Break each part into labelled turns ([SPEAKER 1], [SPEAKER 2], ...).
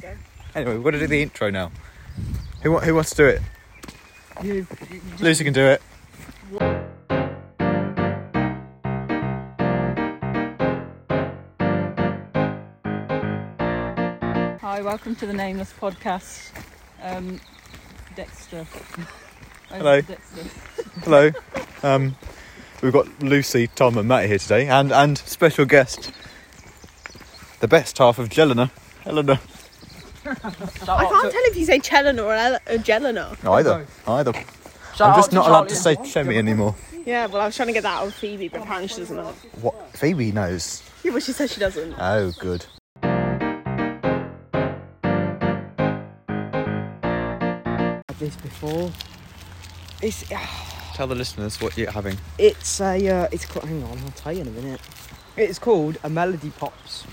[SPEAKER 1] go.
[SPEAKER 2] Anyway, we've got to do the intro now. Who, wa- who wants to do it?
[SPEAKER 1] You, you, you
[SPEAKER 2] Lucy can do it.
[SPEAKER 1] Hi, welcome to the Nameless Podcast. Um, Dexter. Oh,
[SPEAKER 2] Hello.
[SPEAKER 1] Dexter.
[SPEAKER 2] Hello. Um, we've got Lucy, Tom, and Matt here today, and and special guest, the best half of Jelena. Helena.
[SPEAKER 3] I can't tell if you say Chelena or El- or Jelena.
[SPEAKER 2] Either. Either. I'm just not allowed to say Chemi anymore.
[SPEAKER 3] Yeah, well, I was trying to get that out of Phoebe, but apparently she doesn't know.
[SPEAKER 2] What? Phoebe knows.
[SPEAKER 3] Yeah, well, she says she doesn't.
[SPEAKER 2] Oh, good.
[SPEAKER 4] had this before. It's uh,
[SPEAKER 2] Tell the listeners what you're having.
[SPEAKER 4] it's a uh, it's called. Hang on, I'll tell you in a minute. It's called a melody pops,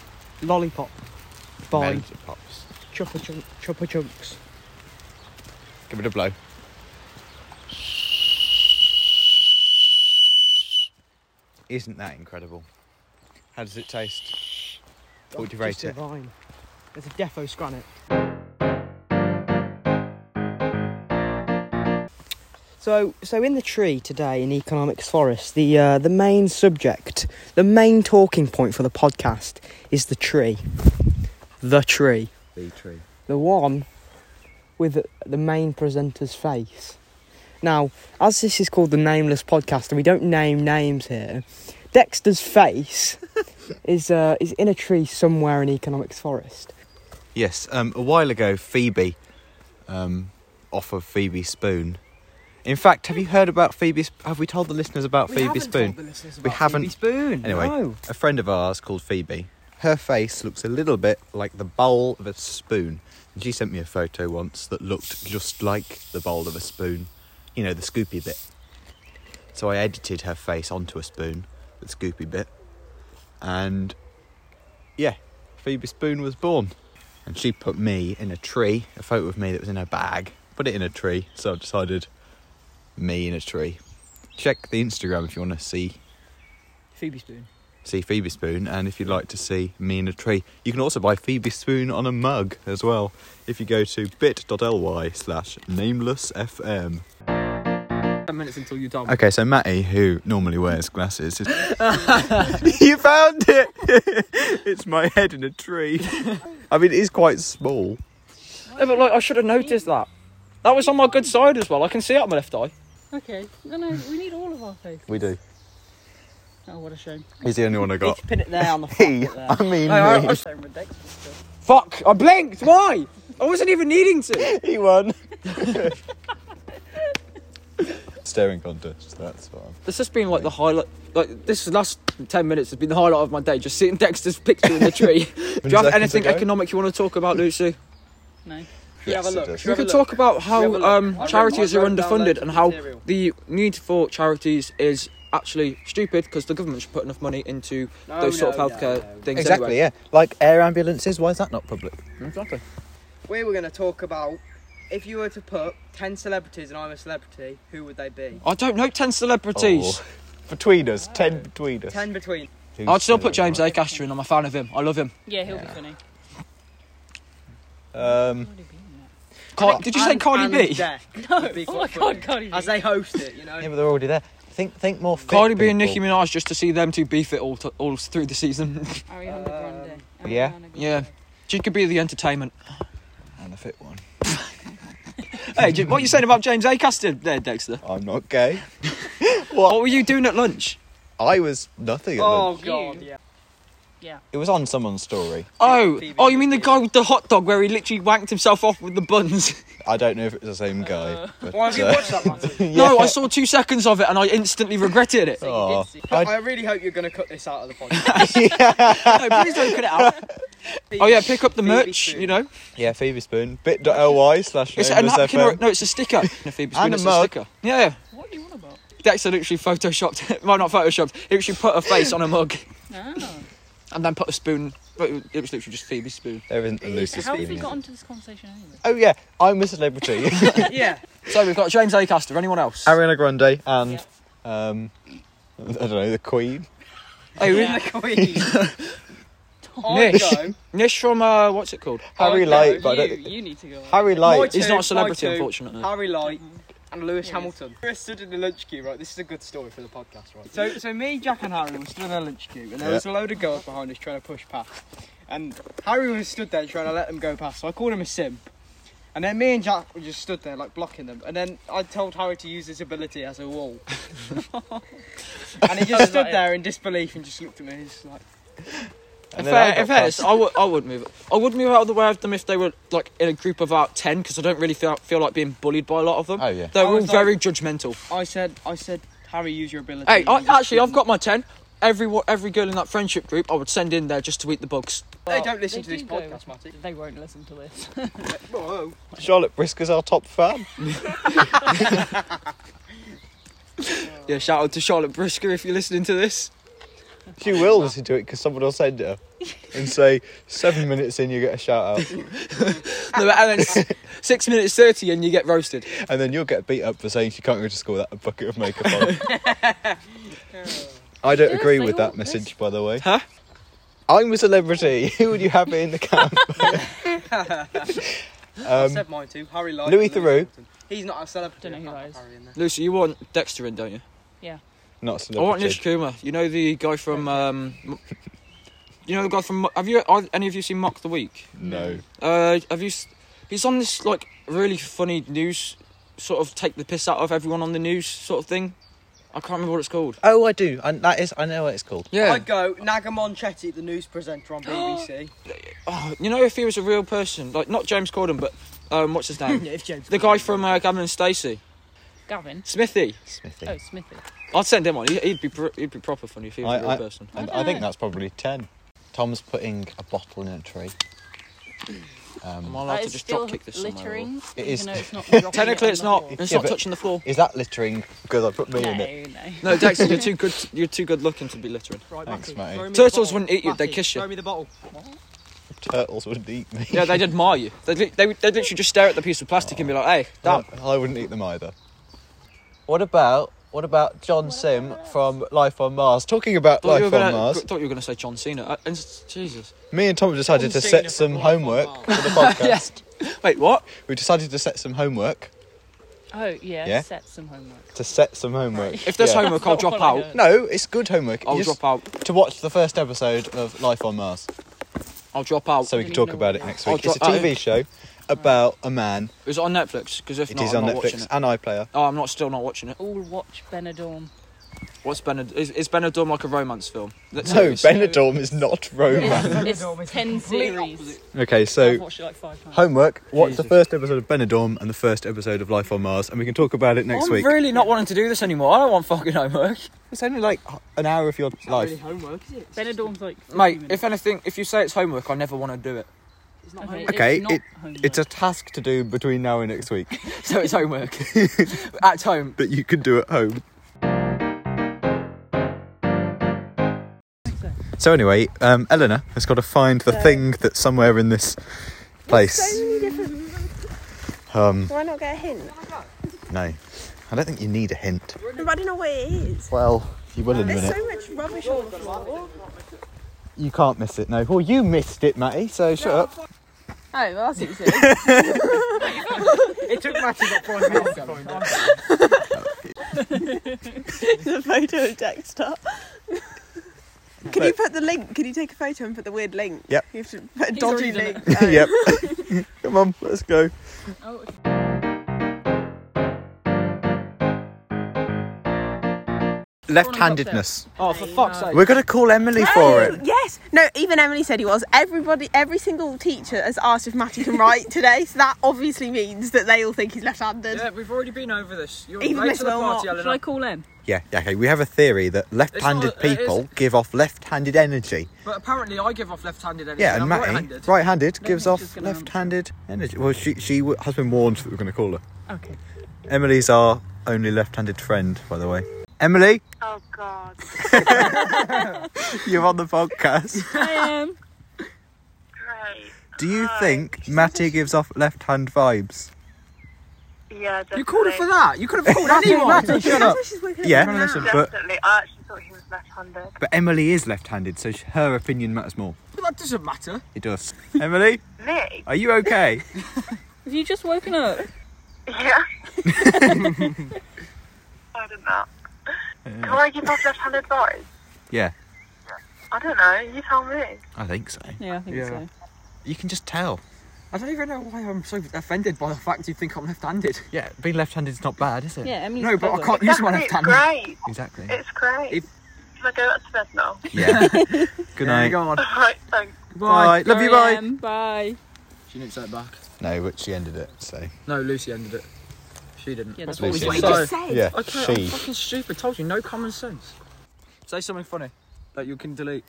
[SPEAKER 4] lollipop, by
[SPEAKER 2] Melody Pops.
[SPEAKER 4] Chopper Chunk Chopper Chunks.
[SPEAKER 2] Give it a blow. Isn't that incredible? How does it taste? What would you rate
[SPEAKER 4] Just
[SPEAKER 2] it?
[SPEAKER 4] divine. It's a defo granite. So, so in the tree today in economics forest, the uh, the main subject, the main talking point for the podcast is the tree, the tree.
[SPEAKER 2] The tree.
[SPEAKER 4] the one with the main presenter's face. Now, as this is called the Nameless Podcast, and we don't name names here, Dexter's face is uh, is in a tree somewhere in Economics Forest.
[SPEAKER 2] Yes, um, a while ago, Phoebe, um, off of Phoebe Spoon. In fact, have you heard about Phoebe? Sp- Have we told the listeners about Phoebe Spoon? We haven't.
[SPEAKER 4] Phoebe Spoon.
[SPEAKER 2] Anyway,
[SPEAKER 4] no.
[SPEAKER 2] a friend of ours called Phoebe. Her face looks a little bit like the bowl of a spoon. And she sent me a photo once that looked just like the bowl of a spoon. You know, the scoopy bit. So I edited her face onto a spoon, the scoopy bit. And yeah, Phoebe Spoon was born. And she put me in a tree, a photo of me that was in her bag, put it in a tree. So I decided, me in a tree. Check the Instagram if you want to see
[SPEAKER 4] Phoebe Spoon.
[SPEAKER 2] see Phoebe Spoon, and if you'd like to see me in a tree, you can also buy Phoebe Spoon on a mug as well if you go to bit.ly slash namelessfm.
[SPEAKER 4] Ten minutes until you dump.
[SPEAKER 2] Okay, so Matty, who normally wears glasses, is... you found it! it's my head in a tree. I mean, it is quite small.
[SPEAKER 4] but like, I should have noticed that. That was on my good side as well. I can see it on my left eye.
[SPEAKER 1] Okay. No, no, we need all of our faces.
[SPEAKER 2] We do.
[SPEAKER 1] Oh, what a shame.
[SPEAKER 2] He's the only one I got.
[SPEAKER 4] Pin it there on the
[SPEAKER 2] He, I mean, me.
[SPEAKER 1] Same with Dexter. still.
[SPEAKER 4] Fuck! I blinked. Why? I wasn't even needing to.
[SPEAKER 2] he won. Staring contest, that's fine.
[SPEAKER 5] This has been like the highlight. Like this last ten minutes has been the highlight of my day. Just seeing Dexter's picture in the tree. Do you have
[SPEAKER 2] seconds
[SPEAKER 5] anything
[SPEAKER 2] ago?
[SPEAKER 5] economic you want to talk about, Lucy?
[SPEAKER 1] No.
[SPEAKER 2] Yes,
[SPEAKER 4] have a
[SPEAKER 2] it
[SPEAKER 4] look.
[SPEAKER 2] does.
[SPEAKER 5] we
[SPEAKER 4] have a
[SPEAKER 5] could
[SPEAKER 4] look.
[SPEAKER 5] talk about
[SPEAKER 4] have a
[SPEAKER 5] how
[SPEAKER 4] look. I
[SPEAKER 5] um,
[SPEAKER 4] wrote-
[SPEAKER 5] charities
[SPEAKER 4] I
[SPEAKER 5] are
[SPEAKER 4] wrote down loads
[SPEAKER 5] underfunded
[SPEAKER 4] of
[SPEAKER 5] and how
[SPEAKER 4] material.
[SPEAKER 5] the need for charities is actually stupid because the government should put enough money into
[SPEAKER 4] No,
[SPEAKER 5] those sort
[SPEAKER 4] Oh, no,
[SPEAKER 5] of
[SPEAKER 4] no,
[SPEAKER 5] healthcare
[SPEAKER 4] no.
[SPEAKER 5] things.
[SPEAKER 2] Exactly, yeah. Like air ambulances, why is that not public?
[SPEAKER 5] yeah. Exactly.
[SPEAKER 4] we were going to talk about if you were to put 10 celebrities and I'm a celebrity, who would they be?
[SPEAKER 5] I don't know ten celebrities.
[SPEAKER 2] Oh. Between us, ten between us.
[SPEAKER 4] 10 between.
[SPEAKER 5] I'd still put James A. Castor in. I'm a fan of him. I love him.
[SPEAKER 1] Yeah, he'll be funny.
[SPEAKER 2] Um,
[SPEAKER 5] Car- Did you say Cardi B?
[SPEAKER 4] No.
[SPEAKER 1] Oh my god, Cardi B.
[SPEAKER 4] As they host it, you know.
[SPEAKER 2] yeah, but they're already there. Think, think more. Fit
[SPEAKER 5] Cardi B and Nicki
[SPEAKER 2] people.
[SPEAKER 5] Minaj just to see them two beef it all to, all through the season.
[SPEAKER 1] Ariana Grande.
[SPEAKER 2] yeah.
[SPEAKER 1] Ariana Grande.
[SPEAKER 5] yeah, she could be the entertainment.
[SPEAKER 2] And a fit one.
[SPEAKER 5] Hey, j- what are you saying about James Acaster there, Dexter?
[SPEAKER 2] I'm not gay.
[SPEAKER 5] What were you doing at lunch?
[SPEAKER 2] I was nothing. At
[SPEAKER 4] Oh,
[SPEAKER 2] oh.
[SPEAKER 4] God, yeah.
[SPEAKER 2] It was on someone's story.
[SPEAKER 5] Oh, oh, you mean the guy with the hot dog where he literally wanked himself off with the buns?
[SPEAKER 2] I don't know if it was the same guy. But,
[SPEAKER 4] Why have you
[SPEAKER 2] uh,
[SPEAKER 4] watched that one?
[SPEAKER 5] No, I saw two seconds of it and I instantly regretted it.
[SPEAKER 2] aw. Oh. I-
[SPEAKER 4] I really hope you're going to cut this out of the podcast.
[SPEAKER 5] No, please don't cut it out. Oh yeah, pick up the
[SPEAKER 4] Phoebe
[SPEAKER 5] merch.
[SPEAKER 4] Spoon.
[SPEAKER 5] You know,
[SPEAKER 2] yeah, Phoebe Spoon. Bit.ly slash
[SPEAKER 5] it's a napkin. Or,
[SPEAKER 2] namelessfm.
[SPEAKER 5] no, it's a sticker. No, Phoebe Spoon,
[SPEAKER 2] And a
[SPEAKER 5] it's
[SPEAKER 2] mug.
[SPEAKER 5] sticker. Yeah, yeah.
[SPEAKER 1] What are you on about?
[SPEAKER 5] Dexter literally photoshopped. well, not photoshopped. He literally put a face on a mug
[SPEAKER 1] No.
[SPEAKER 5] and then put a spoon. But it was literally just Phoebe Spoon.
[SPEAKER 2] There isn't a Lucy
[SPEAKER 1] How have
[SPEAKER 2] Spoon.
[SPEAKER 1] we
[SPEAKER 2] is
[SPEAKER 1] got
[SPEAKER 2] it?
[SPEAKER 1] onto this conversation anyway?
[SPEAKER 2] Oh yeah, I'm a celebrity.
[SPEAKER 4] yeah.
[SPEAKER 5] So we've got James Acaster. Anyone else?
[SPEAKER 2] Ariana Grande and um, I don't know the Queen.
[SPEAKER 5] Hey, we-
[SPEAKER 4] The Queen.
[SPEAKER 5] I
[SPEAKER 4] Nish.
[SPEAKER 5] go. Nish from uh, what's it called?
[SPEAKER 2] Harry
[SPEAKER 5] I
[SPEAKER 2] Light,
[SPEAKER 5] go-
[SPEAKER 2] but I don't
[SPEAKER 1] you,
[SPEAKER 2] think-
[SPEAKER 1] you need to go. on.
[SPEAKER 2] Harry
[SPEAKER 5] My
[SPEAKER 2] Light.
[SPEAKER 5] He's
[SPEAKER 6] two,
[SPEAKER 5] not a celebrity,
[SPEAKER 6] my two.
[SPEAKER 5] unfortunately.
[SPEAKER 6] Harry Light and Lewis Hamilton. We were stood in the lunch queue, right? This is a good story for the podcast, right? So, so me, Jack, and Harry were stood in the lunch queue, and there
[SPEAKER 2] Yeah.
[SPEAKER 6] was a load of girls behind us trying to push past. And Harry was stood there trying to let them go past, so I called him a simp. And then me and Jack were just stood there, like blocking them. And then I told Harry to use his ability as a wall. and he just stood there in disbelief and just looked at me. and He's like,
[SPEAKER 5] In,
[SPEAKER 2] And then I
[SPEAKER 5] fair, in
[SPEAKER 2] got
[SPEAKER 5] fairness,
[SPEAKER 2] past.
[SPEAKER 5] I would, I would move. I would move out of the way of them if they were like in a group of about ten, because I don't really feel feel like being bullied by a lot of them.
[SPEAKER 2] Oh, yeah.
[SPEAKER 5] They're
[SPEAKER 6] I
[SPEAKER 5] all
[SPEAKER 6] was like-
[SPEAKER 5] very judgmental.
[SPEAKER 6] I said, I said, Harry, use your ability.
[SPEAKER 5] Hey,
[SPEAKER 6] and
[SPEAKER 5] I,
[SPEAKER 6] he just
[SPEAKER 5] actually, I've
[SPEAKER 6] didn't.
[SPEAKER 5] got my ten. Every wa- every girl in that friendship group, I would send in there just to eat the bugs.
[SPEAKER 6] They don't listen to
[SPEAKER 1] They
[SPEAKER 6] this
[SPEAKER 1] do, though.
[SPEAKER 6] podcast, Matty.
[SPEAKER 1] They won't listen to this.
[SPEAKER 6] Whoa.
[SPEAKER 2] Charlotte Brisker's our top fan.
[SPEAKER 5] Yeah, shout out to Charlotte Brisker if you're listening to this.
[SPEAKER 2] She will listen to it because someone will send her and say, seven minutes in, you get a shout out.
[SPEAKER 5] No, and then s- six minutes thirty, and you get roasted.
[SPEAKER 2] And then you'll get beat up for saying she can't go to school without a bucket of makeup on. I don't
[SPEAKER 1] Yes,
[SPEAKER 2] agree
[SPEAKER 1] they
[SPEAKER 2] with
[SPEAKER 1] all-
[SPEAKER 2] that message, by the way.
[SPEAKER 5] Huh?
[SPEAKER 2] I'm a celebrity. Who would you have in the camp?
[SPEAKER 6] I
[SPEAKER 2] um,
[SPEAKER 6] said mine too. Harry Light.
[SPEAKER 2] Louis
[SPEAKER 6] and
[SPEAKER 2] Theroux.
[SPEAKER 6] Hamilton. He's not a celebrity.
[SPEAKER 1] Dunno who
[SPEAKER 6] I can't
[SPEAKER 1] that is.
[SPEAKER 6] have Harry in there.
[SPEAKER 5] Lucy, you want Dexter in, don't you?
[SPEAKER 2] not a
[SPEAKER 5] I want
[SPEAKER 2] celebrity.
[SPEAKER 5] Nish Kumar. You know the guy from. Um, M- you know the guy from. Mo- Have you are, any of you seen Mock the Week?
[SPEAKER 2] no.
[SPEAKER 5] Uh, have you? s- He's on this like really funny news, sort of take the piss out of everyone on the news sort of thing. I can't remember what it's called.
[SPEAKER 2] Oh, I do. And that is, I know what it's called.
[SPEAKER 5] Yeah.
[SPEAKER 6] I'd go Naga Monchetti, the news presenter on BBC.
[SPEAKER 5] Oh, you know if he was a real person, like not James Corden, but um, what's his name?
[SPEAKER 6] yeah, if James.
[SPEAKER 5] the guy from uh, Gavin and Stacey,
[SPEAKER 1] Gavin.
[SPEAKER 5] Smithy.
[SPEAKER 2] Smithy.
[SPEAKER 1] Oh, Smithy.
[SPEAKER 5] I'd send him on. He- He'd be pr- he'd be proper funny if he was
[SPEAKER 2] I-
[SPEAKER 5] a real
[SPEAKER 2] I-
[SPEAKER 5] person.
[SPEAKER 2] And
[SPEAKER 1] I
[SPEAKER 2] I think
[SPEAKER 1] don't-
[SPEAKER 2] that's probably 10. Tom's putting a bottle in a tree.
[SPEAKER 5] Am
[SPEAKER 2] Um,
[SPEAKER 5] I allowed
[SPEAKER 1] That
[SPEAKER 5] to
[SPEAKER 1] is
[SPEAKER 5] just
[SPEAKER 1] still
[SPEAKER 5] drop kick this somewhere? or-
[SPEAKER 1] littering.
[SPEAKER 2] It
[SPEAKER 1] even
[SPEAKER 2] is.
[SPEAKER 1] though it's not dropping it
[SPEAKER 5] Technically,
[SPEAKER 1] on
[SPEAKER 5] it's
[SPEAKER 1] the
[SPEAKER 5] not.
[SPEAKER 1] floor.
[SPEAKER 5] It's
[SPEAKER 2] Yeah,
[SPEAKER 5] not
[SPEAKER 2] but-
[SPEAKER 5] touching the floor.
[SPEAKER 2] is that littering? Because I put me
[SPEAKER 1] No,
[SPEAKER 2] in it.
[SPEAKER 1] no.
[SPEAKER 5] No, Dexter, you're too good. You're too good looking to be littering.
[SPEAKER 6] Right,
[SPEAKER 2] Thanks,
[SPEAKER 6] Matty,
[SPEAKER 2] Matty.
[SPEAKER 6] throw me the
[SPEAKER 5] Turtles
[SPEAKER 6] bottle.
[SPEAKER 5] wouldn't eat you, they'd
[SPEAKER 6] Matty,
[SPEAKER 5] kiss you.
[SPEAKER 6] Throw me the bottle.
[SPEAKER 2] Turtles wouldn't eat me.
[SPEAKER 5] Yeah, they'd admire you. They'd, li- they, would they'd literally just stare at the piece of plastic and be like, hey, that.
[SPEAKER 2] I wouldn't eat them either. What about what about John Sim from Life on Mars? Talking about
[SPEAKER 5] Thought you,
[SPEAKER 2] Life
[SPEAKER 5] were
[SPEAKER 2] on
[SPEAKER 5] gonna,
[SPEAKER 2] Mars,
[SPEAKER 5] thought you were going to say John Cena. Uh, and, s- Jesus.
[SPEAKER 2] me and Tom have decided
[SPEAKER 6] John
[SPEAKER 2] to
[SPEAKER 6] Cena
[SPEAKER 2] set
[SPEAKER 6] from
[SPEAKER 2] some
[SPEAKER 6] Life on
[SPEAKER 2] homework
[SPEAKER 6] Mars.
[SPEAKER 2] for the podcast.
[SPEAKER 5] Wait, what?
[SPEAKER 2] We decided to set some homework.
[SPEAKER 1] Oh yeah,
[SPEAKER 2] Yeah?
[SPEAKER 1] set some homework.
[SPEAKER 2] To set some homework.
[SPEAKER 5] If there's
[SPEAKER 2] Yeah.
[SPEAKER 5] homework, I'll
[SPEAKER 1] That's not
[SPEAKER 5] drop
[SPEAKER 1] what I
[SPEAKER 5] out.
[SPEAKER 1] heard.
[SPEAKER 2] No, it's good homework.
[SPEAKER 5] I'll
[SPEAKER 2] Just
[SPEAKER 5] drop out.
[SPEAKER 2] to watch the first episode of Life on Mars,
[SPEAKER 5] I'll drop out.
[SPEAKER 2] so we can
[SPEAKER 1] Don't even
[SPEAKER 2] talk
[SPEAKER 1] know
[SPEAKER 2] about
[SPEAKER 1] what
[SPEAKER 2] it
[SPEAKER 1] it
[SPEAKER 2] next
[SPEAKER 5] I'll
[SPEAKER 2] week. It's a
[SPEAKER 5] drop out.
[SPEAKER 2] TV show about a man.
[SPEAKER 5] Is it on Netflix? Because if
[SPEAKER 2] It
[SPEAKER 5] not,
[SPEAKER 2] is
[SPEAKER 5] I'm
[SPEAKER 2] on
[SPEAKER 5] not watching
[SPEAKER 2] Netflix
[SPEAKER 5] it.
[SPEAKER 2] and iPlayer.
[SPEAKER 5] Oh, I'm not still not watching it.
[SPEAKER 1] All watch Benidorm.
[SPEAKER 5] What's Benad? Is, is Benadorm like a romance film? Let's
[SPEAKER 2] No,
[SPEAKER 5] see.
[SPEAKER 2] Benidorm is not romance.
[SPEAKER 1] It's, it's ten series.
[SPEAKER 2] okay,
[SPEAKER 1] I've
[SPEAKER 2] so
[SPEAKER 1] watched it like five times.
[SPEAKER 2] homework. Watch the
[SPEAKER 5] Jesus.
[SPEAKER 2] first episode of Benidorm and the first episode of Life on Mars, and we can talk about it next
[SPEAKER 5] I'm
[SPEAKER 2] week.
[SPEAKER 5] really not wanting to do this anymore. I don't want fucking homework.
[SPEAKER 2] It's only like an hour of your life.
[SPEAKER 6] Really homework, is it?
[SPEAKER 1] Benidorm's like 50
[SPEAKER 5] Mate,
[SPEAKER 1] minutes.
[SPEAKER 5] if anything, if you say it's homework, I never want to do it.
[SPEAKER 1] okay,
[SPEAKER 2] Okay,
[SPEAKER 1] it's, not
[SPEAKER 2] it-
[SPEAKER 1] homework.
[SPEAKER 2] It's a task to do between now and next week
[SPEAKER 5] So it's homework. At home.
[SPEAKER 2] that you can do at home. So anyway, um, Eleanor has got to find the
[SPEAKER 3] Yeah.
[SPEAKER 2] thing that's somewhere in this
[SPEAKER 3] So
[SPEAKER 2] place.
[SPEAKER 3] many different.
[SPEAKER 2] Um,
[SPEAKER 3] Do I not get a hint?
[SPEAKER 2] no, I don't think you need a hint.
[SPEAKER 3] But I don't know what it is.
[SPEAKER 2] Well, you will in a
[SPEAKER 3] There's
[SPEAKER 2] minute.
[SPEAKER 3] so much rubbish on the floor.
[SPEAKER 2] You can't miss it. No, well, you missed it, Matty. So shut up.
[SPEAKER 1] Oh, well, that's what you said.
[SPEAKER 6] It took Matty about five minutes to find it.
[SPEAKER 3] the photo of Dexter. Can you put the link? Can you take a photo and put the weird link?
[SPEAKER 2] Yep.
[SPEAKER 3] You have to put a
[SPEAKER 1] He's already
[SPEAKER 3] dodgy
[SPEAKER 1] done
[SPEAKER 3] link.
[SPEAKER 1] it.
[SPEAKER 3] Oh.
[SPEAKER 2] yep. Come on, let's go.
[SPEAKER 1] oh,
[SPEAKER 2] Left-handedness.
[SPEAKER 5] Oh, for fuck's sake.
[SPEAKER 2] We're gonna call Emily for
[SPEAKER 3] Oh,
[SPEAKER 2] it.
[SPEAKER 3] Yes. No, even Emily said he was. Everybody, every single teacher has asked if Matty can write today, so that obviously means that they all think he's left-handed.
[SPEAKER 5] Yeah, we've already been over this. You're
[SPEAKER 3] Even
[SPEAKER 5] late
[SPEAKER 3] Miss
[SPEAKER 5] to the
[SPEAKER 3] Wilmot.
[SPEAKER 5] party,
[SPEAKER 1] should I
[SPEAKER 5] Eleanor.
[SPEAKER 1] call him?
[SPEAKER 2] Yeah, yeah, okay. We have a theory that left-handed
[SPEAKER 5] it is-
[SPEAKER 2] people give off left-handed energy.
[SPEAKER 5] But apparently I give off left-handed energy.
[SPEAKER 2] Yeah, and
[SPEAKER 5] I'm
[SPEAKER 2] Matty,
[SPEAKER 5] right-handed.
[SPEAKER 2] right-handed, gives
[SPEAKER 1] think
[SPEAKER 2] off
[SPEAKER 1] she's gonna answer.
[SPEAKER 2] left-handed energy. Well, she she w- has been warned that we're going to call her.
[SPEAKER 1] Okay.
[SPEAKER 2] Emily's our only left-handed friend, by the way. Emily,
[SPEAKER 7] Oh God.
[SPEAKER 2] you're on the podcast.
[SPEAKER 1] I am.
[SPEAKER 7] Great.
[SPEAKER 2] Do you think Matty gives off left-hand vibes?
[SPEAKER 7] Yeah, definitely.
[SPEAKER 5] You called her for that. You could have called anyone.
[SPEAKER 2] Shut up.
[SPEAKER 3] She's working
[SPEAKER 2] Yeah.
[SPEAKER 3] out.
[SPEAKER 2] Listen, but
[SPEAKER 7] Definitely. I actually thought he was left-handed.
[SPEAKER 2] but Emily is left-handed, so sh- her opinion matters more.
[SPEAKER 5] But that doesn't matter.
[SPEAKER 2] It does. Emily,
[SPEAKER 7] Me?
[SPEAKER 2] are you okay?
[SPEAKER 1] Have you just woken up?
[SPEAKER 7] Yeah. I don't know. Do I give off left-handed vibes?
[SPEAKER 2] Yeah.
[SPEAKER 7] I don't know. You tell me.
[SPEAKER 2] I think so.
[SPEAKER 1] Yeah, I think
[SPEAKER 5] Yeah.
[SPEAKER 1] so.
[SPEAKER 2] You can just tell.
[SPEAKER 5] I don't even know why I'm so offended by the fact you think I'm left-handed.
[SPEAKER 2] Yeah, being left-handed is not bad, is it?
[SPEAKER 1] Yeah, Emily's
[SPEAKER 5] No, but I
[SPEAKER 1] clever.
[SPEAKER 5] can't use my
[SPEAKER 7] Exactly,
[SPEAKER 5] left hand.
[SPEAKER 7] It's great.
[SPEAKER 2] Exactly.
[SPEAKER 7] It's great.
[SPEAKER 5] If-
[SPEAKER 7] Should I go back to bed now?
[SPEAKER 2] Yeah. Good
[SPEAKER 5] Yeah,
[SPEAKER 2] night.
[SPEAKER 5] go on.
[SPEAKER 7] Right, thanks.
[SPEAKER 2] Bye. Love you. Bye.
[SPEAKER 1] 3am, Bye.
[SPEAKER 5] She didn't say it back.
[SPEAKER 2] No, but she ended it. So
[SPEAKER 5] No, Lucy ended it. She didn't.
[SPEAKER 1] Yeah, that's
[SPEAKER 2] what we
[SPEAKER 5] Lucy.
[SPEAKER 2] did.
[SPEAKER 5] So-
[SPEAKER 2] yeah,
[SPEAKER 5] Okay, I'm
[SPEAKER 2] she.
[SPEAKER 5] fucking stupid. Told you, no common sense. Say something funny that you can delete.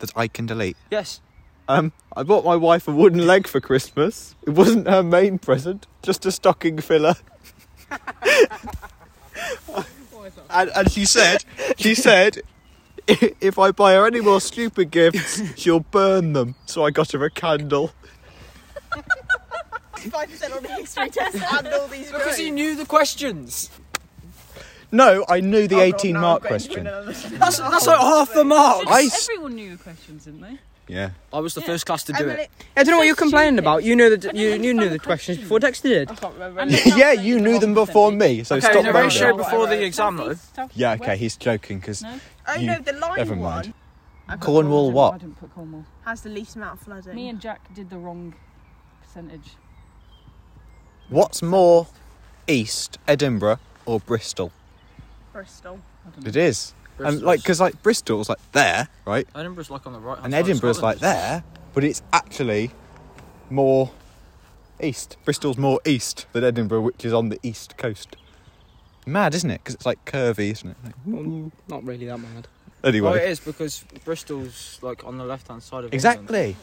[SPEAKER 2] That I can delete.
[SPEAKER 5] Yes.
[SPEAKER 2] Um, I bought my wife a wooden leg for Christmas. It wasn't her main present, just a stocking filler. and, and she said, she said, "I- if I buy her any more stupid gifts, she'll burn them. So I got her a candle.
[SPEAKER 3] Five percent on the history test and all these
[SPEAKER 5] Because
[SPEAKER 3] drugs.
[SPEAKER 5] you knew the questions.
[SPEAKER 2] No, I knew the
[SPEAKER 6] Oh, God,
[SPEAKER 2] 18
[SPEAKER 6] no,
[SPEAKER 2] mark
[SPEAKER 6] I'm going to
[SPEAKER 2] question.
[SPEAKER 6] another-
[SPEAKER 5] That's, that's like half the mark.
[SPEAKER 2] I s-
[SPEAKER 1] Everyone knew the questions, didn't they?
[SPEAKER 2] Yeah.
[SPEAKER 5] I was the first class to do
[SPEAKER 3] Emily,
[SPEAKER 5] it.
[SPEAKER 4] I don't know what you're complaining
[SPEAKER 1] stupid.
[SPEAKER 4] about. You know that
[SPEAKER 1] don't
[SPEAKER 4] you, you
[SPEAKER 1] understand
[SPEAKER 4] knew
[SPEAKER 1] the
[SPEAKER 4] the questions
[SPEAKER 1] question.
[SPEAKER 4] before Dexter did.
[SPEAKER 6] I can't remember. any-
[SPEAKER 2] Yeah, you knew them before me, so
[SPEAKER 5] Okay,
[SPEAKER 2] stop
[SPEAKER 5] no ratio
[SPEAKER 2] mentioning.
[SPEAKER 6] sure.
[SPEAKER 5] before the exam though.
[SPEAKER 2] Yeah, okay, he's joking because
[SPEAKER 1] No?
[SPEAKER 3] oh
[SPEAKER 2] You-
[SPEAKER 3] no, the lion
[SPEAKER 2] never mind.
[SPEAKER 3] one
[SPEAKER 2] Cornwall
[SPEAKER 1] I
[SPEAKER 2] what?
[SPEAKER 1] didn't put Cornwall.
[SPEAKER 3] has the least amount of flooding.
[SPEAKER 1] Me and Jack did the wrong percentage.
[SPEAKER 2] What's more, east Edinburgh or Bristol?
[SPEAKER 3] Bristol.
[SPEAKER 2] It is. And like, because like Bristol's like there, right?
[SPEAKER 5] Oh. Edinburgh's like on the right.
[SPEAKER 2] And Edinburgh's like there, but it's actually more east. Bristol's more east than Edinburgh, which is on the east coast. Mad, isn't it? Because it's like curvy, isn't it? Like,
[SPEAKER 4] Well, Mm, not really that mad.
[SPEAKER 5] Oh,
[SPEAKER 2] anyway,
[SPEAKER 5] it is because Bristol's like on the left-hand side of
[SPEAKER 2] exactly.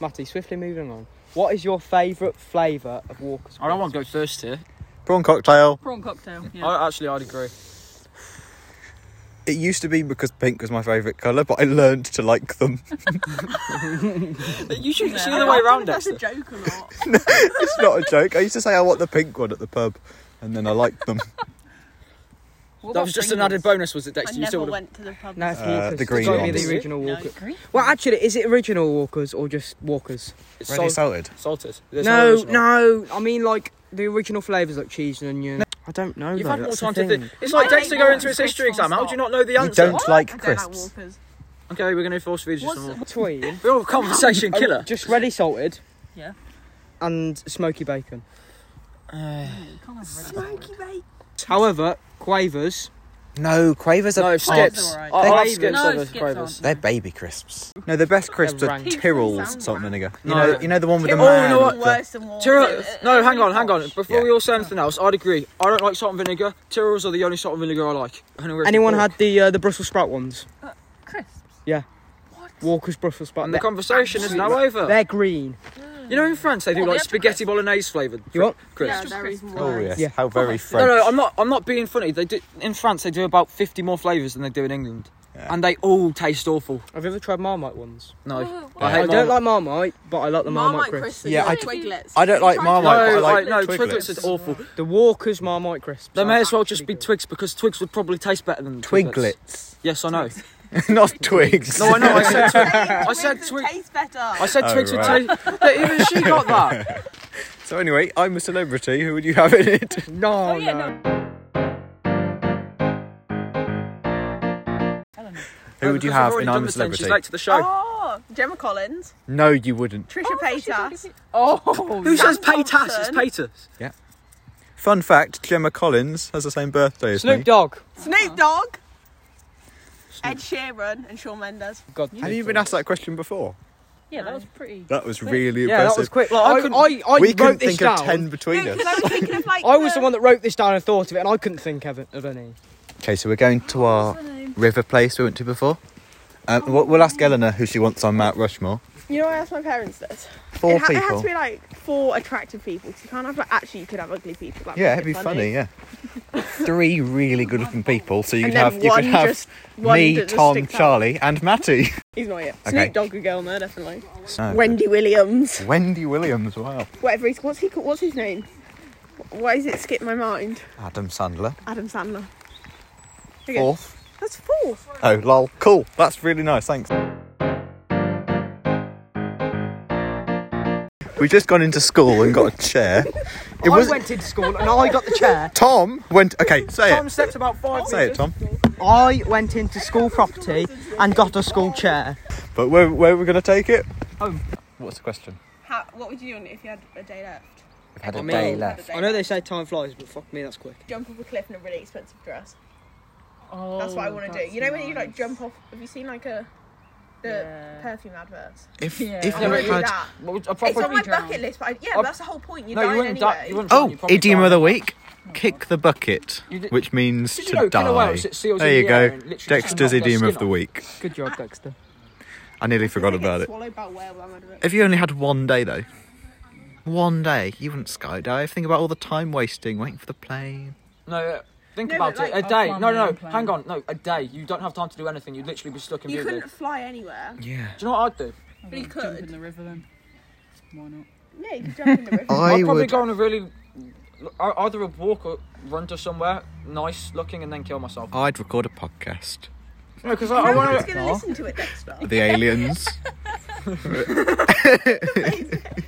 [SPEAKER 4] Matty, swiftly moving on. What is your favourite flavour of Walker's?
[SPEAKER 5] I don't want to go first here.
[SPEAKER 2] Prawn cocktail.
[SPEAKER 1] Prawn cocktail. Yeah.
[SPEAKER 5] I, actually, I'd agree.
[SPEAKER 2] It used to be because pink was my favourite colour, but I learned to like them.
[SPEAKER 5] You should
[SPEAKER 1] No.
[SPEAKER 5] see the way round,
[SPEAKER 3] That's
[SPEAKER 5] Dexter.
[SPEAKER 3] a joke or not?
[SPEAKER 2] it's not a joke. I used to say I want the pink one at the pub, and then I liked them.
[SPEAKER 1] What
[SPEAKER 5] That
[SPEAKER 1] about
[SPEAKER 5] was just an
[SPEAKER 1] Pringles?
[SPEAKER 5] added bonus, was it,
[SPEAKER 3] I
[SPEAKER 5] Dexter? You
[SPEAKER 3] never
[SPEAKER 5] still
[SPEAKER 3] went to the pub.
[SPEAKER 4] No, it's
[SPEAKER 2] Uh,
[SPEAKER 4] Walker's.
[SPEAKER 2] the
[SPEAKER 4] It's
[SPEAKER 2] green
[SPEAKER 4] gotta be
[SPEAKER 5] ones.
[SPEAKER 4] the original Walker.
[SPEAKER 1] Green?
[SPEAKER 4] Well, actually, is it original Walker's or just Walker's?
[SPEAKER 5] It's
[SPEAKER 2] Ready salted.
[SPEAKER 5] salted.
[SPEAKER 4] no, no. I mean, like the original flavours like cheese and onion. I don't know.
[SPEAKER 5] You've
[SPEAKER 4] though,
[SPEAKER 5] had more
[SPEAKER 4] that's
[SPEAKER 5] time
[SPEAKER 4] the
[SPEAKER 5] to
[SPEAKER 4] thing.
[SPEAKER 5] think. It's like
[SPEAKER 3] I hate
[SPEAKER 5] Dexter going to his
[SPEAKER 3] Walker's
[SPEAKER 5] history
[SPEAKER 3] crisps on
[SPEAKER 5] exam. How do
[SPEAKER 3] top.
[SPEAKER 5] you not know the
[SPEAKER 2] You
[SPEAKER 5] answer?
[SPEAKER 2] don't like
[SPEAKER 3] I don't like
[SPEAKER 2] crisps.
[SPEAKER 3] Walkers.
[SPEAKER 5] Okay, we're going to do force feed just more.
[SPEAKER 4] Between
[SPEAKER 5] Real conversation
[SPEAKER 4] oh,
[SPEAKER 5] killer.
[SPEAKER 4] just ready salted.
[SPEAKER 1] Yeah.
[SPEAKER 4] And smoky bacon.
[SPEAKER 1] You can't have red
[SPEAKER 3] Smoky bacon.
[SPEAKER 4] However, quavers.
[SPEAKER 2] No, Quavers are Oh,
[SPEAKER 5] No, skips.
[SPEAKER 1] alright.
[SPEAKER 5] I- I'll
[SPEAKER 4] Quavers.
[SPEAKER 5] skip
[SPEAKER 1] No,
[SPEAKER 5] over
[SPEAKER 1] skips
[SPEAKER 5] quavers.
[SPEAKER 2] They're baby crisps. No, the best crisps are
[SPEAKER 4] rank.
[SPEAKER 2] Tyrrell's salt and vinegar. You
[SPEAKER 5] No.
[SPEAKER 2] know, you know the one with the
[SPEAKER 5] Oh,
[SPEAKER 2] man.
[SPEAKER 5] you know what?
[SPEAKER 2] with the-
[SPEAKER 3] Worse than Walkers.
[SPEAKER 5] Tyrrell, no, hang on, hang on. Before
[SPEAKER 2] Yeah.
[SPEAKER 5] we all say anything else, I'd agree. I don't like salt and vinegar. Tyrrell's are the only salt and vinegar I like. I don't know where it's
[SPEAKER 4] Anyone
[SPEAKER 5] pork.
[SPEAKER 4] had the uh, the Brussels sprout ones?
[SPEAKER 1] crisps.
[SPEAKER 4] Walker's Brussels sprout.
[SPEAKER 5] And the
[SPEAKER 4] They're,
[SPEAKER 5] conversation is now over.
[SPEAKER 4] they're green.
[SPEAKER 5] You know, in France they do
[SPEAKER 1] Oh,
[SPEAKER 5] like
[SPEAKER 1] that's
[SPEAKER 5] spaghetti bolognese flavoured.
[SPEAKER 4] You want?
[SPEAKER 5] crisps.
[SPEAKER 3] Yeah, they're even
[SPEAKER 2] Oh
[SPEAKER 3] worse.
[SPEAKER 2] yes,
[SPEAKER 4] Yeah.
[SPEAKER 2] how very
[SPEAKER 5] No,
[SPEAKER 2] French.
[SPEAKER 5] no, I'm not. I'm not being funny. They do in France. They do about 50 more flavours than they do in England,
[SPEAKER 2] Yeah.
[SPEAKER 5] and they all taste awful.
[SPEAKER 4] Have you ever tried Marmite ones?
[SPEAKER 5] No,
[SPEAKER 1] Whoa,
[SPEAKER 5] I
[SPEAKER 4] I
[SPEAKER 5] hate
[SPEAKER 4] don't
[SPEAKER 5] Marmite.
[SPEAKER 4] like Marmite, but I like the Marmite,
[SPEAKER 3] Marmite
[SPEAKER 4] crisps.
[SPEAKER 3] crisps.
[SPEAKER 2] Yeah,
[SPEAKER 3] Yeah,
[SPEAKER 2] I-
[SPEAKER 3] Twiglets.
[SPEAKER 2] I don't like
[SPEAKER 3] Try
[SPEAKER 2] Marmite,
[SPEAKER 5] No,
[SPEAKER 2] but I
[SPEAKER 5] I
[SPEAKER 2] like
[SPEAKER 5] no,
[SPEAKER 2] Twiglets.
[SPEAKER 5] Twiglets is awful.
[SPEAKER 4] The Walker's Marmite crisps.
[SPEAKER 5] They
[SPEAKER 4] are
[SPEAKER 5] may as well just
[SPEAKER 4] actually
[SPEAKER 5] be
[SPEAKER 4] good.
[SPEAKER 5] twigs because twigs would probably taste better than twiglets.
[SPEAKER 2] Twiglets,
[SPEAKER 5] Yes, I know.
[SPEAKER 2] not twigs.
[SPEAKER 5] No, I know. I said twigs.
[SPEAKER 3] I
[SPEAKER 5] said
[SPEAKER 3] said
[SPEAKER 5] Twig-
[SPEAKER 3] taste better.
[SPEAKER 5] I said
[SPEAKER 2] Oh,
[SPEAKER 5] twigs
[SPEAKER 2] right.
[SPEAKER 5] would taste. Yeah, Even she got that.
[SPEAKER 2] So anyway, I'm a celebrity. Who would you have in it?
[SPEAKER 4] No,
[SPEAKER 1] Oh, yeah,
[SPEAKER 4] no.
[SPEAKER 1] no. Helen.
[SPEAKER 2] Who would
[SPEAKER 5] Because
[SPEAKER 2] you
[SPEAKER 5] we've
[SPEAKER 2] have
[SPEAKER 5] already
[SPEAKER 2] in
[SPEAKER 5] done
[SPEAKER 2] I'm a
[SPEAKER 5] this then,
[SPEAKER 2] celebrity?
[SPEAKER 5] She's late to the show.
[SPEAKER 3] Oh, Gemma Collins,
[SPEAKER 2] No, you wouldn't.
[SPEAKER 3] Trisha Paytas.
[SPEAKER 1] Oh,
[SPEAKER 5] Who says
[SPEAKER 3] Sam
[SPEAKER 5] Paytas? It's
[SPEAKER 3] Thompson.
[SPEAKER 5] Paytas.
[SPEAKER 2] Fun fact: Gemma Collins has the same birthday as
[SPEAKER 4] Snoop
[SPEAKER 2] me.
[SPEAKER 4] Dogg.
[SPEAKER 5] Oh.
[SPEAKER 3] Snoop Dogg, Ed Sheeran, and Shawn Mendes.
[SPEAKER 4] God,
[SPEAKER 2] Have you been asked that question before?
[SPEAKER 1] yeah, that was pretty.
[SPEAKER 2] That was really
[SPEAKER 4] Yeah, that was
[SPEAKER 2] impressive.
[SPEAKER 4] quick.
[SPEAKER 5] Look, I
[SPEAKER 4] I,
[SPEAKER 5] couldn't-
[SPEAKER 4] I, I
[SPEAKER 2] we
[SPEAKER 4] wrote
[SPEAKER 2] couldn't
[SPEAKER 4] this
[SPEAKER 2] think
[SPEAKER 4] down.
[SPEAKER 2] of ten between us.
[SPEAKER 3] I was thinking of like.
[SPEAKER 4] I was the one that wrote this down and thought of it, and I couldn't think of, it, of any.
[SPEAKER 2] Okay, so we're going to our
[SPEAKER 1] her name?
[SPEAKER 2] Uh, river place we went to before. Um, we'll, we'll ask Eleanor who she wants on Mount Rushmore.
[SPEAKER 3] You know, I asked my parents this.
[SPEAKER 2] Four
[SPEAKER 3] it, ha- it has
[SPEAKER 2] people.
[SPEAKER 3] to be like four attractive people. 'cause you can't have like actually you could have ugly people. That
[SPEAKER 2] yeah,
[SPEAKER 3] make
[SPEAKER 2] it'd be funny. Yeah, three really good-looking people. So you
[SPEAKER 3] And
[SPEAKER 2] could
[SPEAKER 3] then
[SPEAKER 2] have you
[SPEAKER 3] one
[SPEAKER 2] could have
[SPEAKER 3] just one
[SPEAKER 2] me,
[SPEAKER 3] that just
[SPEAKER 2] Tom,
[SPEAKER 3] sticks out.
[SPEAKER 2] Charlie, and Matty.
[SPEAKER 3] He's not yet.
[SPEAKER 2] Okay.
[SPEAKER 3] Snoop Dogg could go on there definitely.
[SPEAKER 2] No,
[SPEAKER 3] Wendy Williams,
[SPEAKER 2] Wendy Williams. Wow.
[SPEAKER 3] whatever he's what's he called? What's his name? Why is it skip my mind?
[SPEAKER 2] Adam Sandler.
[SPEAKER 3] Adam Sandler. Okay.
[SPEAKER 2] Fourth.
[SPEAKER 3] That's four.
[SPEAKER 2] Oh, lol. Cool. That's really nice. Thanks. We've just gone into school and got a chair. It
[SPEAKER 6] I
[SPEAKER 2] was
[SPEAKER 6] went into school and I got the chair.
[SPEAKER 2] Tom went. Okay, say
[SPEAKER 6] Tom
[SPEAKER 2] it.
[SPEAKER 6] stepped about five
[SPEAKER 2] Say it, Tom.
[SPEAKER 6] I went into school property and got a school chair.
[SPEAKER 2] But where where are we gonna take it? Home. What's the question?
[SPEAKER 3] How, what would you do if you had a day left?
[SPEAKER 2] We've had
[SPEAKER 6] a meal. day left. I know they say time flies, but fuck me, that's quick.
[SPEAKER 3] Jump off a cliff in a really expensive dress.
[SPEAKER 1] Oh,
[SPEAKER 3] That's what I want to do.
[SPEAKER 1] that's
[SPEAKER 3] You know when you like
[SPEAKER 1] nice.
[SPEAKER 3] jump off? Have you seen like a the
[SPEAKER 1] Yeah.
[SPEAKER 3] perfume adverts?
[SPEAKER 2] If
[SPEAKER 1] Yeah.
[SPEAKER 2] if
[SPEAKER 1] I
[SPEAKER 3] I
[SPEAKER 2] we
[SPEAKER 3] want to do
[SPEAKER 2] had
[SPEAKER 3] that.
[SPEAKER 5] What would- a
[SPEAKER 3] It's
[SPEAKER 5] proper-
[SPEAKER 3] on my
[SPEAKER 1] drown.
[SPEAKER 3] bucket list, but I, yeah,
[SPEAKER 5] Oh.
[SPEAKER 3] but that's the whole point. You're
[SPEAKER 5] no, you
[SPEAKER 3] dying
[SPEAKER 5] wouldn't
[SPEAKER 3] anyway.
[SPEAKER 5] die. You wouldn't drown,
[SPEAKER 2] oh
[SPEAKER 5] you'd probably
[SPEAKER 2] idiom
[SPEAKER 5] die.
[SPEAKER 2] of the week, kick the bucket,
[SPEAKER 5] You did-
[SPEAKER 2] which means
[SPEAKER 5] Did
[SPEAKER 2] to
[SPEAKER 5] you know
[SPEAKER 2] die.
[SPEAKER 5] killer whales, it seals
[SPEAKER 2] there
[SPEAKER 5] in
[SPEAKER 2] you
[SPEAKER 5] the
[SPEAKER 2] go.
[SPEAKER 5] air and literally just knock
[SPEAKER 2] Dexter's
[SPEAKER 5] their
[SPEAKER 2] idiom
[SPEAKER 5] skin
[SPEAKER 2] of the
[SPEAKER 5] off.
[SPEAKER 2] week.
[SPEAKER 6] Good job, Dexter.
[SPEAKER 2] I nearly forgot
[SPEAKER 3] If I get
[SPEAKER 2] about it.
[SPEAKER 3] Swallowed by a whale, I'm out of it.
[SPEAKER 2] If you only had one day though, one day you wouldn't skydive. Think about all the time wasting waiting for the plane.
[SPEAKER 5] No, uh, think
[SPEAKER 3] No,
[SPEAKER 5] about
[SPEAKER 3] but,
[SPEAKER 5] it.
[SPEAKER 3] like,
[SPEAKER 5] A day. No,
[SPEAKER 1] flying
[SPEAKER 5] no,
[SPEAKER 1] an
[SPEAKER 5] no.
[SPEAKER 1] airplane.
[SPEAKER 5] Hang on. No, a day. You don't have time to do anything. You'd literally be stuck in
[SPEAKER 3] You
[SPEAKER 5] Booby.
[SPEAKER 3] couldn't fly anywhere,
[SPEAKER 2] Yeah.
[SPEAKER 5] Do you know what I'd do?
[SPEAKER 1] I'm
[SPEAKER 3] but you
[SPEAKER 1] gonna Oh, Jump in
[SPEAKER 3] could.
[SPEAKER 1] the river then. Why not?
[SPEAKER 3] Yeah, you could jump in the river.
[SPEAKER 2] I
[SPEAKER 5] would probably
[SPEAKER 2] would-
[SPEAKER 5] go on a really I- either a walk or run to somewhere nice looking and then kill
[SPEAKER 6] Oh.
[SPEAKER 5] myself.
[SPEAKER 2] I'd record a podcast.
[SPEAKER 5] No, because
[SPEAKER 3] No
[SPEAKER 5] I, I
[SPEAKER 3] one's
[SPEAKER 5] want to.
[SPEAKER 3] going to listen to it, Dexter.
[SPEAKER 2] The aliens. it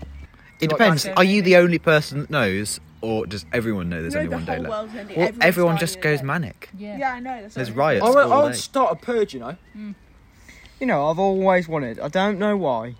[SPEAKER 2] depends. Are you the only person that knows, or does everyone know there's
[SPEAKER 3] No,
[SPEAKER 2] only
[SPEAKER 3] the
[SPEAKER 2] one day
[SPEAKER 3] whole
[SPEAKER 2] left?
[SPEAKER 3] world's ending.
[SPEAKER 2] Well,
[SPEAKER 3] Everyone's
[SPEAKER 2] everyone
[SPEAKER 3] dying
[SPEAKER 2] just
[SPEAKER 3] in a
[SPEAKER 2] goes
[SPEAKER 3] day.
[SPEAKER 2] manic.
[SPEAKER 1] Yeah.
[SPEAKER 3] Yeah, I know. That's
[SPEAKER 2] There's
[SPEAKER 3] what I mean.
[SPEAKER 2] riots
[SPEAKER 5] I would, I
[SPEAKER 2] all
[SPEAKER 5] would
[SPEAKER 2] day.
[SPEAKER 5] start a purge, you know.
[SPEAKER 6] You know, I've always wanted, I don't know why,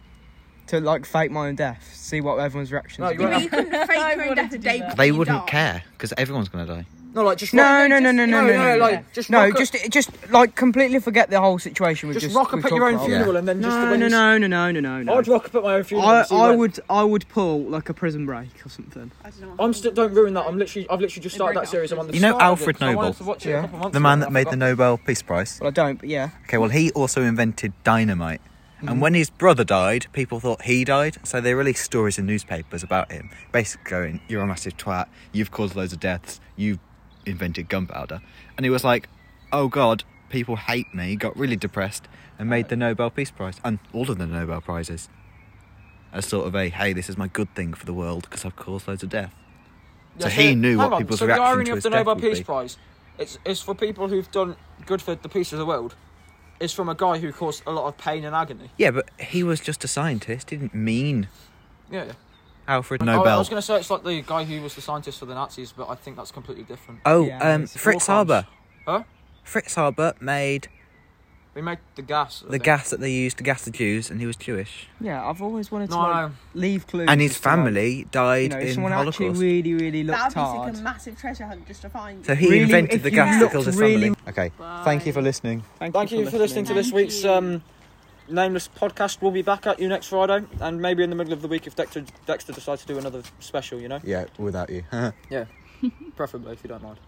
[SPEAKER 6] to like fake my own death, see what everyone's reactions
[SPEAKER 5] No,
[SPEAKER 6] are.
[SPEAKER 5] you
[SPEAKER 3] You,
[SPEAKER 5] won't
[SPEAKER 3] you couldn't fake your own
[SPEAKER 1] wanted
[SPEAKER 3] death
[SPEAKER 1] to do
[SPEAKER 3] a day
[SPEAKER 1] that.
[SPEAKER 3] before
[SPEAKER 2] They
[SPEAKER 3] you
[SPEAKER 2] wouldn't
[SPEAKER 3] die.
[SPEAKER 2] care because everyone's gonna die.
[SPEAKER 5] No, like just rock,
[SPEAKER 6] No, no, no, no, no,
[SPEAKER 5] no,
[SPEAKER 6] no, no,
[SPEAKER 5] like just
[SPEAKER 6] No,
[SPEAKER 5] rock a,
[SPEAKER 6] just just like completely forget the whole situation. We've
[SPEAKER 5] just,
[SPEAKER 6] just,
[SPEAKER 5] rock
[SPEAKER 6] we've
[SPEAKER 5] up at
[SPEAKER 6] talked
[SPEAKER 5] your own
[SPEAKER 6] about.
[SPEAKER 5] funeral and then just
[SPEAKER 6] No,
[SPEAKER 5] when
[SPEAKER 6] no,
[SPEAKER 5] you-
[SPEAKER 6] no, no, no, no, no, no.
[SPEAKER 5] I'd rock up at my own funeral.
[SPEAKER 6] I,
[SPEAKER 5] and see
[SPEAKER 6] I
[SPEAKER 5] when-
[SPEAKER 6] would I would pull like a prison break or something.
[SPEAKER 3] I don't know.
[SPEAKER 5] I'm st- don't ruin that. I'm literally I've literally just
[SPEAKER 1] They
[SPEAKER 5] started
[SPEAKER 1] break
[SPEAKER 5] that
[SPEAKER 1] it
[SPEAKER 5] series. I'm on the
[SPEAKER 2] You know
[SPEAKER 5] start of it,
[SPEAKER 2] Alfred
[SPEAKER 5] 'cause I wanted
[SPEAKER 2] Noble?
[SPEAKER 5] to watch it a
[SPEAKER 6] Yeah.
[SPEAKER 5] couple months
[SPEAKER 2] The man
[SPEAKER 5] ago,
[SPEAKER 2] that
[SPEAKER 5] and I
[SPEAKER 2] made the
[SPEAKER 5] forgot.
[SPEAKER 2] Nobel Peace Prize.
[SPEAKER 6] Well, I don't, but yeah.
[SPEAKER 2] Okay, well, he also invented dynamite. And when his brother died, people thought he died, so they released stories in newspapers about him, basically going, You're a massive twat, you've caused loads of deaths, you've invented gunpowder. And he was like, Oh God, people hate me, got really depressed, and made the Nobel Peace Prize, and all of the Nobel Prizes, as sort of a, Hey, this is my good thing for the world because I've caused loads of death.
[SPEAKER 5] Yeah,
[SPEAKER 2] So he knew what
[SPEAKER 5] hang on,
[SPEAKER 2] people's
[SPEAKER 5] so
[SPEAKER 2] reaction
[SPEAKER 5] the irony
[SPEAKER 2] to
[SPEAKER 5] of
[SPEAKER 2] his
[SPEAKER 5] the
[SPEAKER 2] death
[SPEAKER 5] Nobel
[SPEAKER 2] would
[SPEAKER 5] Peace
[SPEAKER 2] be.
[SPEAKER 5] Prize, it's it's for people who've done good for the peace of the world. It's from a guy who caused a lot of pain and agony.
[SPEAKER 2] Yeah, but he was just a scientist, he didn't mean
[SPEAKER 5] Yeah. yeah.
[SPEAKER 2] Alfred
[SPEAKER 5] I-
[SPEAKER 2] Nobel.
[SPEAKER 5] I, was going to say it's like the guy who was the scientist for the Nazis, but I think that's completely different.
[SPEAKER 2] Oh,
[SPEAKER 6] Yeah,
[SPEAKER 2] um,
[SPEAKER 6] it's
[SPEAKER 2] Fritz
[SPEAKER 5] war crimes.
[SPEAKER 2] Haber.
[SPEAKER 5] Huh?
[SPEAKER 2] Fritz Haber made
[SPEAKER 5] We made the gas. I
[SPEAKER 2] the
[SPEAKER 5] think.
[SPEAKER 2] gas that they used to gas the Jews, and he was Jewish.
[SPEAKER 6] Yeah, I've always wanted to
[SPEAKER 5] No,
[SPEAKER 6] like,
[SPEAKER 5] no.
[SPEAKER 6] leave clues.
[SPEAKER 2] And his
[SPEAKER 6] as to, like,
[SPEAKER 2] family died
[SPEAKER 6] you know, if
[SPEAKER 2] in
[SPEAKER 6] someone
[SPEAKER 2] Holocaust.
[SPEAKER 6] actually really, really
[SPEAKER 3] That
[SPEAKER 6] looked
[SPEAKER 3] would be like
[SPEAKER 6] hard.
[SPEAKER 3] a massive treasure hunt just to find.
[SPEAKER 2] so he
[SPEAKER 6] Really,
[SPEAKER 2] invented
[SPEAKER 6] if
[SPEAKER 2] the
[SPEAKER 6] you
[SPEAKER 2] gas that
[SPEAKER 6] looked
[SPEAKER 2] kills his
[SPEAKER 6] really-
[SPEAKER 2] family. Okay, thank you for listening.
[SPEAKER 5] Thank you for listening to this
[SPEAKER 1] Thank
[SPEAKER 5] week's
[SPEAKER 1] you.
[SPEAKER 5] um, Nameless podcast. We'll be back at you next Friday, and maybe in the middle of the week if Dexter, Dexter decides to do another special, you know?
[SPEAKER 2] Yeah, without you.
[SPEAKER 5] Preferably, if you don't mind.